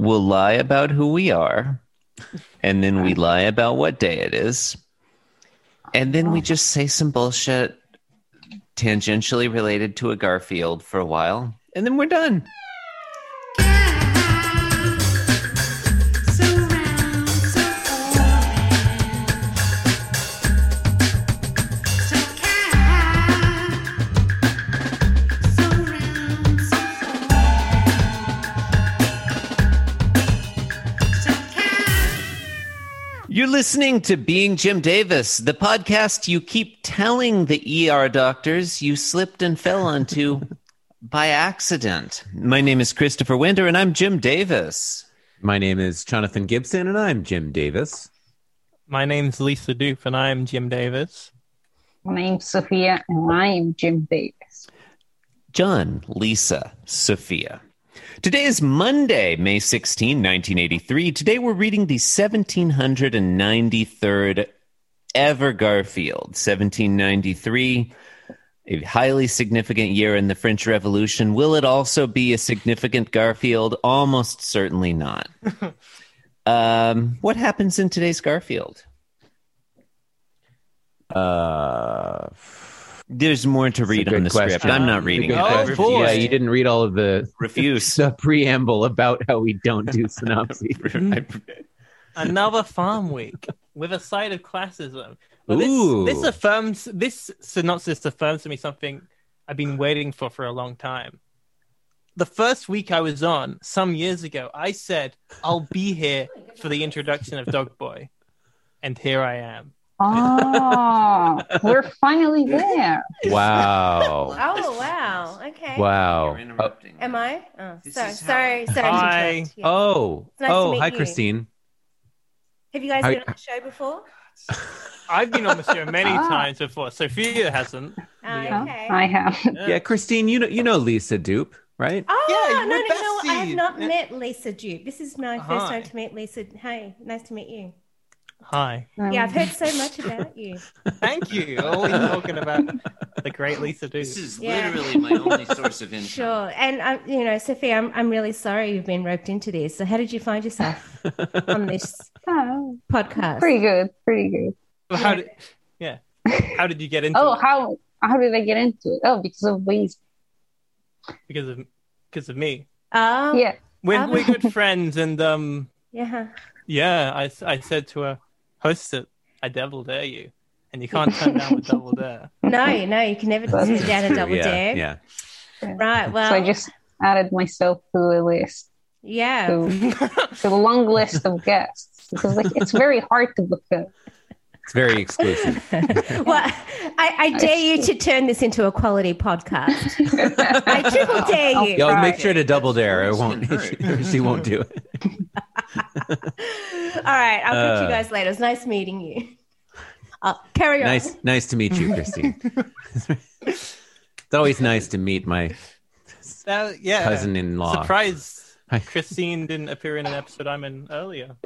we'll lie about who we are, and then we lie about what day it is, and then we just say some bullshit tangentially related to a Garfield for a while, and then we're done. You're listening to Being Jim Davis, the podcast you keep telling the ER doctors you slipped and fell onto by accident. My name is Christopher Winter, and I'm Jim Davis. My name is Jonathan Gibson, and I'm Jim Davis. My name's Lisa Doof, and I'm Jim Davis. My name's Sophia, and I am Jim Davis. John, Lisa, Sophia. Today is Monday, May 16, 1983. Today we're reading the 1793rd ever Garfield, 1793. A highly significant year in the French Revolution. Will it also be a significant Garfield? Almost certainly not. um, what happens in today's Garfield? Uh, There's more to read good on the script. question. I'm not Um, reading it. good I question. refuse. boy. yeah, you didn't read all of the refuse. the preamble about how we don't do synopses. I- Another farm week with a side of classism. Well, this- Ooh. This, affirms this synopsis affirms to me something I've been waiting for for a long time. The first week I was on some years ago, I said I'll be here for the introduction of Dog Boy, and here I am. Oh, we're finally there. wow, Oh wow! Okay. wow. You're Oh, interrupting. Am I? Oh, This sorry, is how- sorry, sorry. to Hi. interrupt. Yeah. oh, It's nice to oh, meet hi, you. Christine. Have you guys Hi- been on the show before? I've been on the show many Ah. times before. Sophia hasn't. Ah, Yeah. okay. I have. Yeah. Yeah, Christine, you know you know Lisa Dupe, right? Oh Yeah, no, no, we're you know what? I besties. have not Yeah. met Lisa Dupe. This is my first Hi. time to meet Lisa. Hey, nice to meet you. Hi. Um, Yeah, I've heard so much about you. Thank you. Always talking about the great Lisa Doof. This is Yeah. literally my only source of income. Sure, and um, you know, Sophia, I'm I'm really sorry you've been roped into this. So, how did you find yourself on this Oh, podcast? pretty good, pretty good. Well, How did, yeah. How did you get into Oh, it? how how did I get into it? Oh, because of ways. Because of because of me. Oh, Yeah. We're, Um. we're good friends, and um, yeah. yeah, I, s- I said to her, host it. I double dare you, and you can't turn down a double dare. No, no, you can never That's turn down a True, double yeah, dare. Yeah. Right. Well, So I just added myself to the list, yeah. to, to the long list of guests, because like it's very hard to book a It's very exclusive. well, I, I dare you to turn this into a quality podcast. I triple dare you. Yo, Right. make sure to double dare. I It's won't. gonna hurt. she won't do it. All right, I'll catch Uh. you guys later. It's nice meeting you. Uh, carry on. Nice, nice to meet you, Christine. it's always nice to meet my That, yeah. cousin-in-law. Surprise! Hi. Christine didn't appear in an episode I'm in earlier.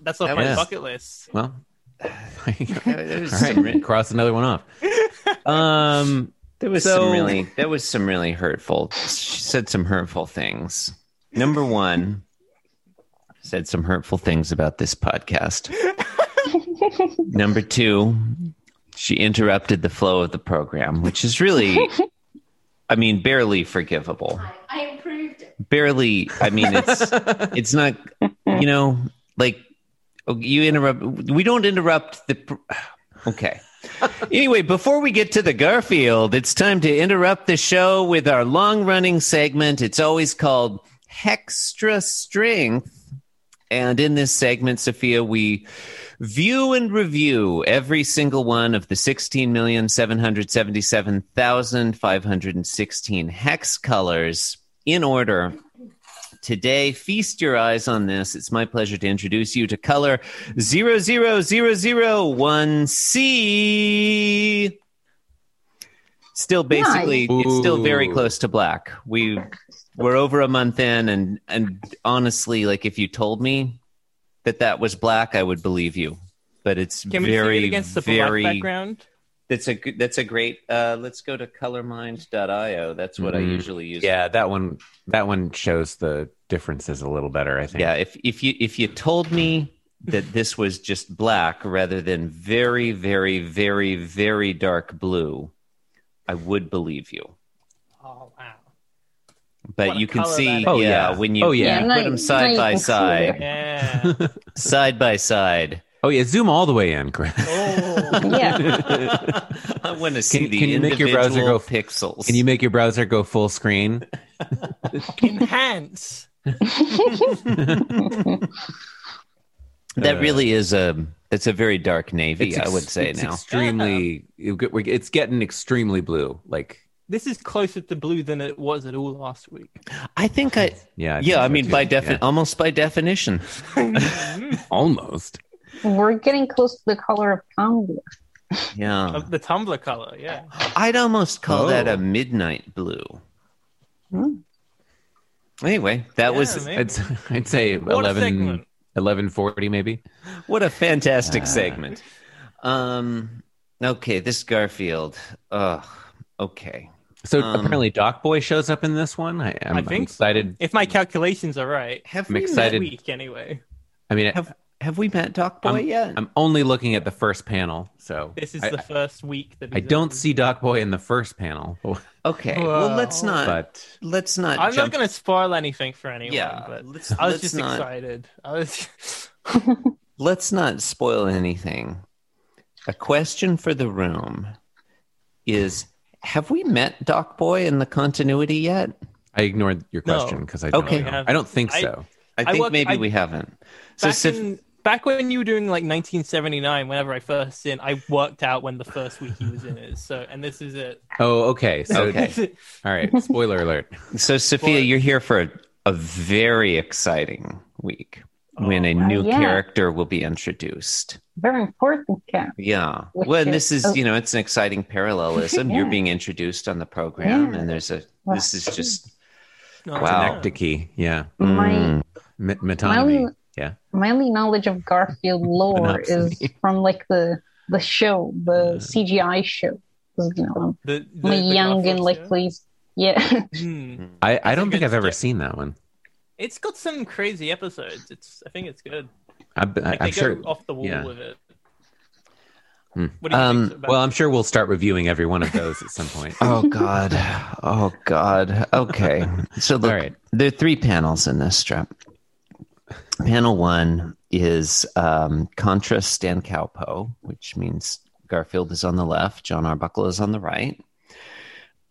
That's off That my was- bucket list. Well, Yeah, there was All some re- right, cross another one off. Um, There was So- some really there was some really hurtful. She said some hurtful things. Number one, said some hurtful things about this podcast. Number two, she interrupted the flow of the program, which is really, I mean, barely forgivable. I improved. it. Barely. I mean, it's it's not. You know, like oh, you interrupt. We don't interrupt the. pr- Okay. Anyway, before we get to the Garfield, it's time to interrupt the show with our long running segment. It's always called Hextra Strength. And in this segment, Sophia, we view and review every single one of the 16,777,516 hex colors in order. Today, feast your eyes on this. It's my pleasure to introduce you to color 00001C. Still basically, Nice. it's still very Ooh. close to black. We we're over a month in and and honestly like if you told me that that was black, I would believe you. But it's Can we see very it against the black very background? That's a good- that's a great. Uh, let's go to colormind.io. That's what I Mhm. usually use. Yeah, that one that one shows the differences a little better, I think. yeah. If if you if you told me that this was just black rather than very very very very dark blue, I would believe you. Oh wow. But What a you can color that see, is. Oh, yeah, yeah. when you Oh, yeah. you Yeah, put them nice- side by nice side, color. Yeah. side by side. Oh yeah, zoom all the way in, Chris. oh. Yeah. I want to see Can- the can you make your browser individual go- pixels. Can you make your browser go full screen? Enhance. that Uh, really is a. It's a very dark navy, It's I ex- would say it's now. Extremely you get- we're- it's getting extremely blue. Like This is closer to blue than it was at all last week. I think I. yeah. yeah, think I so mean too. by defi- Yeah. almost by definition. almost. We're getting close to the color of Tumblr. Yeah, Of the Tumblr color, yeah. I'd almost call that Oh. a midnight blue. Hmm. Anyway, that Yeah, was maybe. I'd, I'd say What a 11 segment. 1140 maybe. what a fantastic Ah. segment. Um, okay, this Garfield. Ugh. Okay. So Um, apparently Doc Boy shows up in this one. I, I'm, I think I'm so. excited. If Mm. my calculations are right, Have I'm we excited. met, that week anyway. I mean, Have- have we met Doc Boy yet? I'm only looking at the first panel, so This is I, the first week that I he's don't in. see Doc Boy in the first panel, okay. Well, well, let's not. but let's not. I'm jump- not going to spoil anything for anyone. Yeah. but let's, I was let's just not. excited. I was. let's not spoil anything. A question for the room is have we met Doc Boy in the continuity yet? I ignored your No. question because I don't Okay. know. I don't think I- so. I I think work- maybe I- we haven't. So back, Sif- in, back when you were doing like 1979, whenever I first in, I worked out when the first week he was in is. So, and this is it. Oh, okay. So Okay. all right. Spoiler alert. so Sophia, Well- you're here for a, a very exciting week Oh, when a wow. new Yeah. character will be introduced. Very important cat. Yeah. Which well, is- and this is, oh. you know, it's an exciting parallelism. You're Yeah. being introduced on the program Yeah. and there's a Wow. this is just Wow. No, no. Synecdoche. Yeah. My Mm. M- only- metonymy. Yeah. my only knowledge of Garfield lore Monopsony. is from like the the show, the CGI show. 'Cause, You know, I'm The, the, only the young and Garfields, like yeah. please, yeah. Hmm. I, I don't a think good I've ever skip. seen that one. It's got some crazy episodes. It's I think it's good. I, I, Like they I'm go sure. off the wall yeah. with it. Hmm. What do you Um, think about Well, I'm sure we'll start reviewing every one of those at some point. Oh God. Oh God. Okay. So look, All right. there are three panels in this strip. Panel one is um, Contra Stancowpo, which means Garfield is on the left, John Arbuckle is on the right.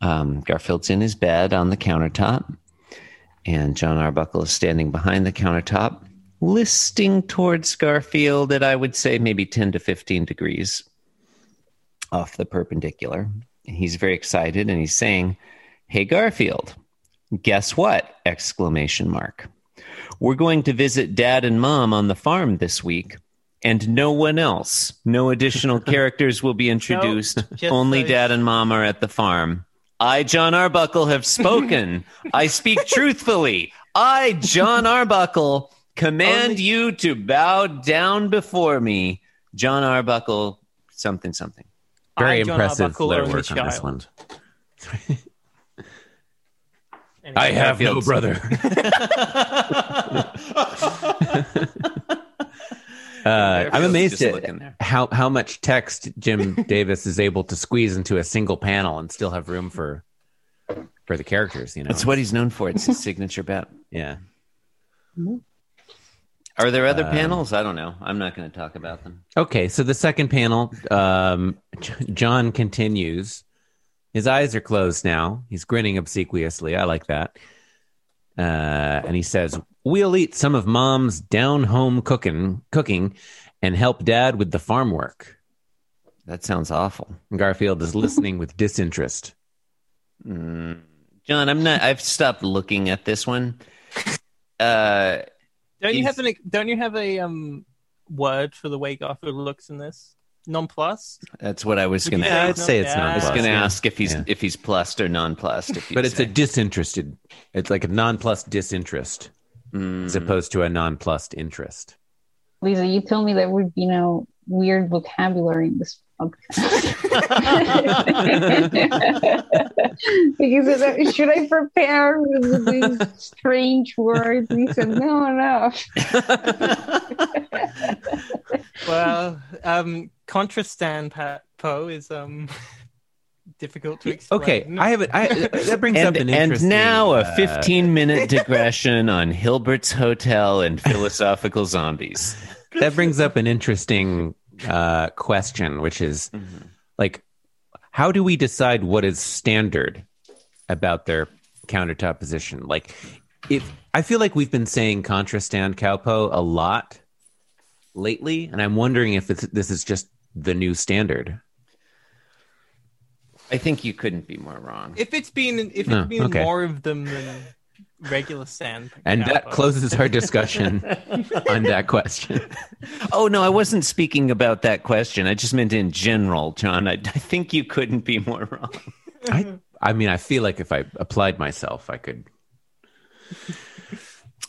Um, Garfield's in his bed on the countertop, and John Arbuckle is standing behind the countertop, listing towards Garfield at I would say maybe 10 to 15 degrees off the perpendicular. And He's very excited and he's saying, Hey, Garfield, guess what? Exclamation mark. We're going to visit dad and mom on the farm this week, and no one else. No additional characters will be introduced. just Only those- dad and mom are at the farm. I, John Arbuckle, have spoken. I speak truthfully. I, John Arbuckle, command Only- you to bow down before me. John Arbuckle, something, something. Very I, John impressive Arbuckle, lair only work on this child. one. Anyway, I have no Garfield's- brother. uh, I'm amazed at how how much text Jim Davis is able to squeeze into a single panel and still have room for for the characters. You know, That's what he's known for. It's his signature bet. yeah. Are there other Um, panels? I don't know. I'm not going to talk about them. Okay, so the second panel, um, J- John continues. His eyes are closed now. He's grinning obsequiously. I like that. Uh, and he says, "We'll eat some of Mom's down home cooking, cooking, and help Dad with the farm work." That sounds awful. Garfield is listening with disinterest. Mm. John, I'm not. I've stopped looking at this one. Uh, Don't you He's- have an don't you have a um word for the way Garfield looks in this? Nonplussed? that's what I was Would going to. you Yeah, ask. I'd say it's I not. was plus, going to yeah. ask if he's Yeah. if he's plussed or non-plussed. If but it's a disinterested. It's like a non-plus disinterest a as opposed to a non-plus interest. Lisa, you told me there would be no weird vocabulary in this podcast. because it- should I prepare with these strange words? He said, no, no. Well, um, contrastan pa- po is um difficult to explain. Okay, I have it. I, that brings up and, an and interesting. now a uh, 15 minute digression on Hilbert's Hotel and philosophical zombies. that brings up an interesting uh, question, which is Mm-hmm. like, how do we decide what is standard about their countertop position? Like, if I feel like we've been saying contrastand cowpo a lot lately, and I'm wondering if it's, this is just the new standard. I think you couldn't be more wrong. if it's been if it's No, been okay. more of them than regular sand, And that cowpo. closes our discussion on that question. Oh no, I wasn't speaking about that question. I just meant in general, John. I, I think you couldn't be more wrong. I, I mean, I feel like if I applied myself, I could.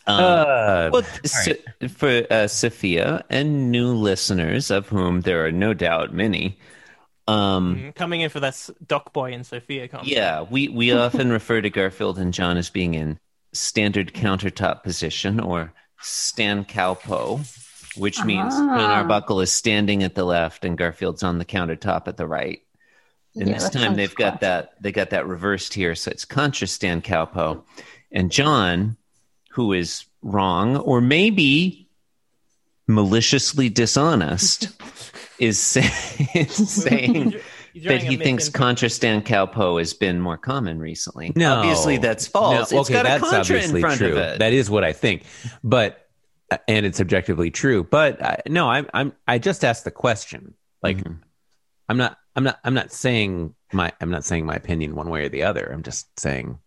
Um, Uh, well, so, for uh, Sophia and new listeners, of whom there are no doubt many, um, Mhm, coming in for this Doc Boy and Sophia comment. Yeah, we, we often refer to Garfield and John as being in standard countertop position or stand cowpo, which means John Ah. Arbuckle is standing at the left and Garfield's on the countertop at the right. And Yeah, this that time sounds they've got classy. that they got that reversed here, so it's contra stand cowpo. And John, who is wrong or maybe maliciously dishonest, is, say, is saying You're that drawing a he thinks contrastand misinterpretation. cowpo has been more common recently. No. obviously that's false. No, it's got a contra in front true. of it. That is what I think, but uh, and it's objectively true. But I, no, I'm I'm I just asked the question. Like Mhm. I'm not I'm not I'm not saying my I'm not saying my opinion one way or the other. I'm just saying,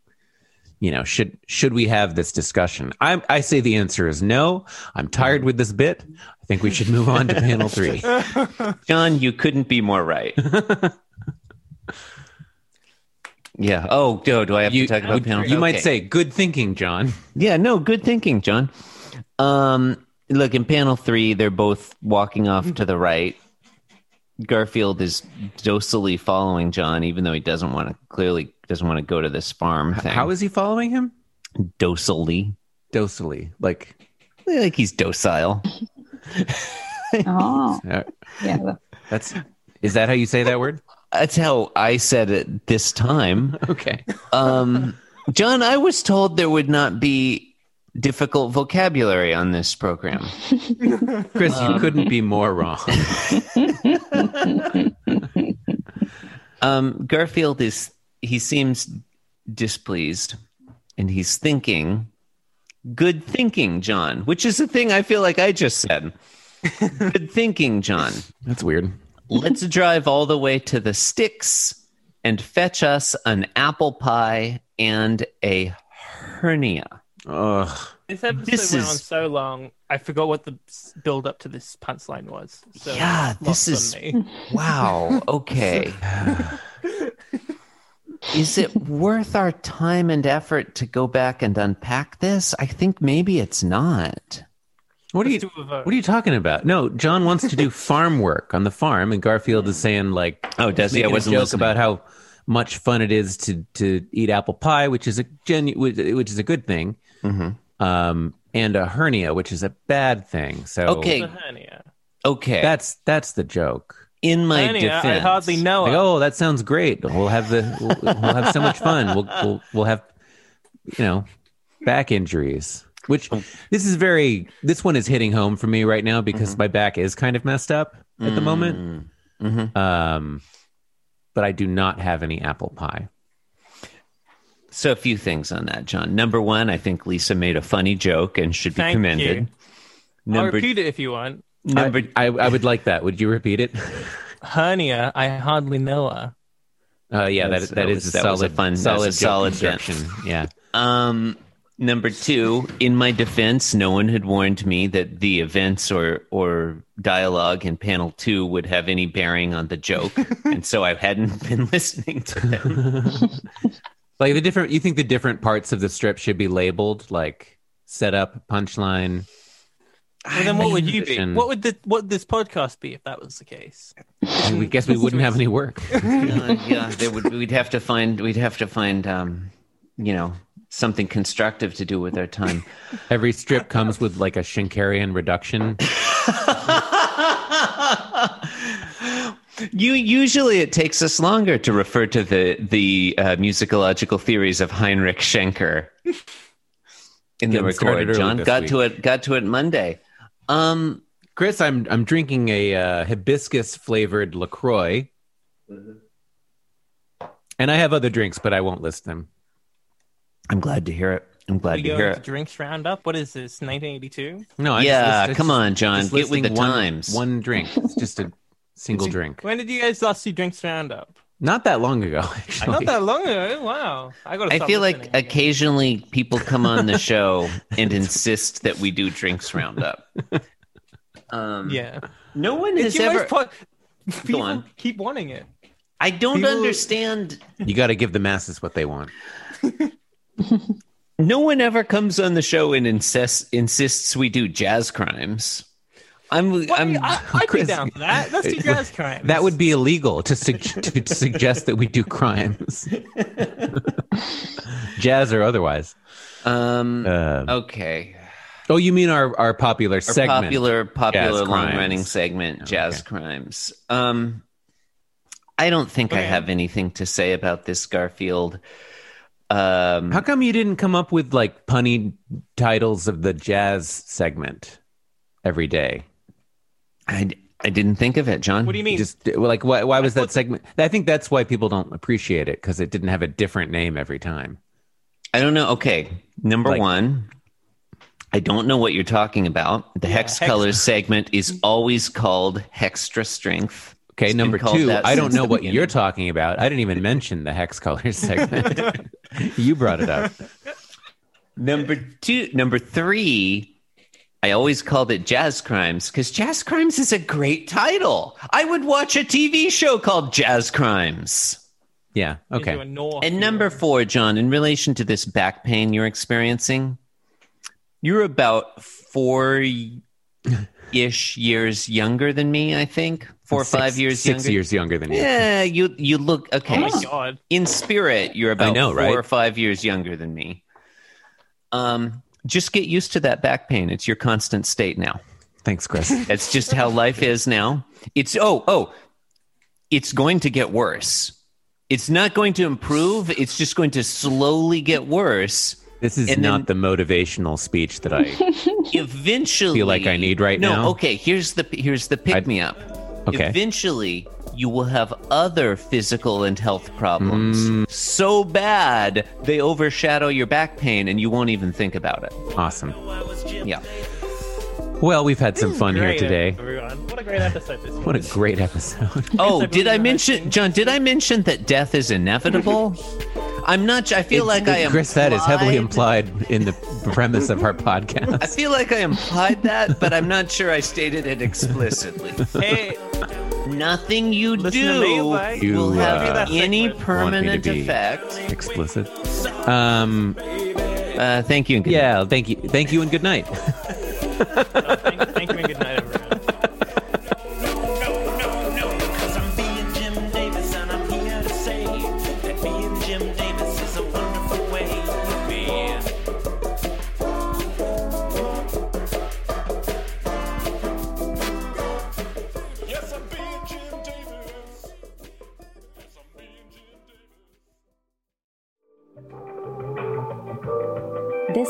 you know, should should we have this discussion? I I say the answer is no. I'm tired with this bit. I think we should move on to panel three. John, you couldn't be more right. yeah. Oh, do, do I have You, to talk about panel? you might Okay. say good thinking, John. Yeah, no, good thinking, John. Um, look, in panel three, they're both walking off to the right. Garfield is docilely following John, even though he doesn't want to. Clearly, doesn't want to go to this farm thing. How is he following him? docilely? Docilely, like Like he's docile. Oh, uh, yeah. that- That's is that how you say that word? That's how I said it this time. Okay. Um, John, I was told there would not be difficult vocabulary on this program. Chris, you couldn't be more wrong. Um, Garfield is, he seems displeased and he's thinking, good thinking, John, which is the thing I feel like I just said. good thinking, John. That's weird. Let's drive all the way to the sticks and fetch us an apple pie and a hernia. Ugh. This episode This went on is- so long, I forgot what the build up to this punchline was. So Yeah, it's this lost on is- me. Wow. Okay. Is it worth our time and effort to go back and unpack this? I think maybe it's not. What are you Let's do a vote. What are you talking about? No, John wants to do farm work on the farm and Garfield is saying like uh, Oh, does he? I making a wasn't joke listening. about how much fun it is to to eat apple pie, which is a genu- which which is a good thing. Mhm. Um and a hernia, which is a bad thing. So Okay. It's a hernia. Okay. that's that's the joke. in my Hernia, defense. I hardly know. Like, her. oh, that sounds great. We'll have the we'll, we'll have so much fun. We'll, we'll we'll have you know back injuries. Which Oh. this is very this one is hitting home for me right now because Mm-hmm. my back is kind of messed up at the moment. Mhm. Um, but I do not have any apple pie. So a few things on that, John. Number one, I think Lisa made a funny joke and should be Thank commended. you. I'll Number repeat it if you want. number I, I would like that. Would you repeat it? Hernia, I hardly know her. Uh, yeah, that That's- is that that is was- a that was a solid fun- that solid was a joke solid construction. Yeah. Um, number two, in my defense, no one had warned me that the events or or dialogue in panel two would have any bearing on the joke, and so I hadn't been listening to them. Like the different, you think the different parts of the strip should be labeled, like setup, punchline, Well, then what would you be? What would the what would this podcast be if that was the case? we guess we wouldn't have any work. Uh, yeah, there would, we'd have to find we'd have to find um, you know something constructive to do with our time. Every strip comes with like a Shinkarian reduction. you usually it takes us longer to refer to the the uh, musicological theories of Heinrich Schenker in the Getting started record. early John this got week. to it got to it Monday. Um, Chris, I'm I'm drinking a uh, hibiscus flavored Lacroix, Mm-hmm. and I have other drinks, but I won't list them. I'm glad to hear it. I'm glad we to go hear into it. drinks roundup. What is this? 1982. No, I just yeah, list- it's come just- on, John, just get with the listing one, times. One drink, it's just a single drink. When did you guys last do drinks roundup? Not that long ago, actually. Not that long ago. Oh, Wow. I got. I feel like occasionally people come on the show and insist that we do drinks roundup. Um, Yeah. no one has It's your ever. most po- people on. keep wanting it. I don't people- understand. You got to give the masses what they want. No one ever comes on the show and insists insists we do jazz crimes. I'm. Well, I'm. I, I'd Um, Chris- be down for that. That's too jazz crime. That would be illegal to, sug- to suggest that we do crimes, jazz or otherwise. um. Um, okay. oh, you mean our our popular Our segment? popular, popular, Jazz long running crimes. segment, Okay. jazz crimes. Um. I don't think I Okay. have anything to say about this Garfield. Um, How come you didn't come up with like punny titles of the jazz segment every day? I, I didn't think of it, John. What do you mean? Just well, like why, why was that What's- segment? I think that's why people don't appreciate it because it didn't have a different name every time. I don't know. Okay. Number Like- one, I don't know what you're talking about. The hex, hex- colors segment is always called Hextra Strength. Okay, It's been number called two, that I don't since know the what beginning. you're talking about. I didn't even mention the hex colors segment. you brought it up. Number two, number three, I always called it Jazz Crimes because Jazz Crimes is a great title. I would watch a TV show called Jazz Crimes. Yeah. Into a Okay. north And number here. four, John, in relation to this back pain you're experiencing, you're about four ish years younger than me, I think. Four or Six- five years Six younger. years younger than you. Yeah, you you look Oh okay. my god. In spirit, you're about know, four right? or five years younger than me. Um just get used to that back pain. It's your constant state now. Thanks, Chris. That's just how life is now. It's oh oh, it's going to get worse. It's not going to improve. It's just going to slowly get worse. This is And then- not the motivational speech that I Eventually, Feel like I need right no, now? okay. Here's the here's the pick me up. Okay. Eventually, you will have other physical and health problems Mm. so bad they overshadow your back pain, and you won't even think about it. awesome. Yeah. Well, we've had some fun here Great, today. Everyone. What a great episode this What a was. great episode. Oh, I did I believe in mention husband. John? Did I mention that death is inevitable? I'm not. I feel like I am. Chris, that is heavily implied in the premise of our podcast. I feel like I implied that, but I'm not sure I stated it explicitly. Hey, Nothing you Listen to do me, like- You, will have uh, any want me to permanent be- effect. Explicit. Um, Uh, thank you. And good night. yeah, thank you. Thank you and good night. well, thank, thank you and good night, everyone. no, no, no, because I'm being Jim Davis and I'm here to say that being Jim Davis is a wonderful way to be. Yes, I'm being Jim Davis. Yes, I'm being Jim Davis. This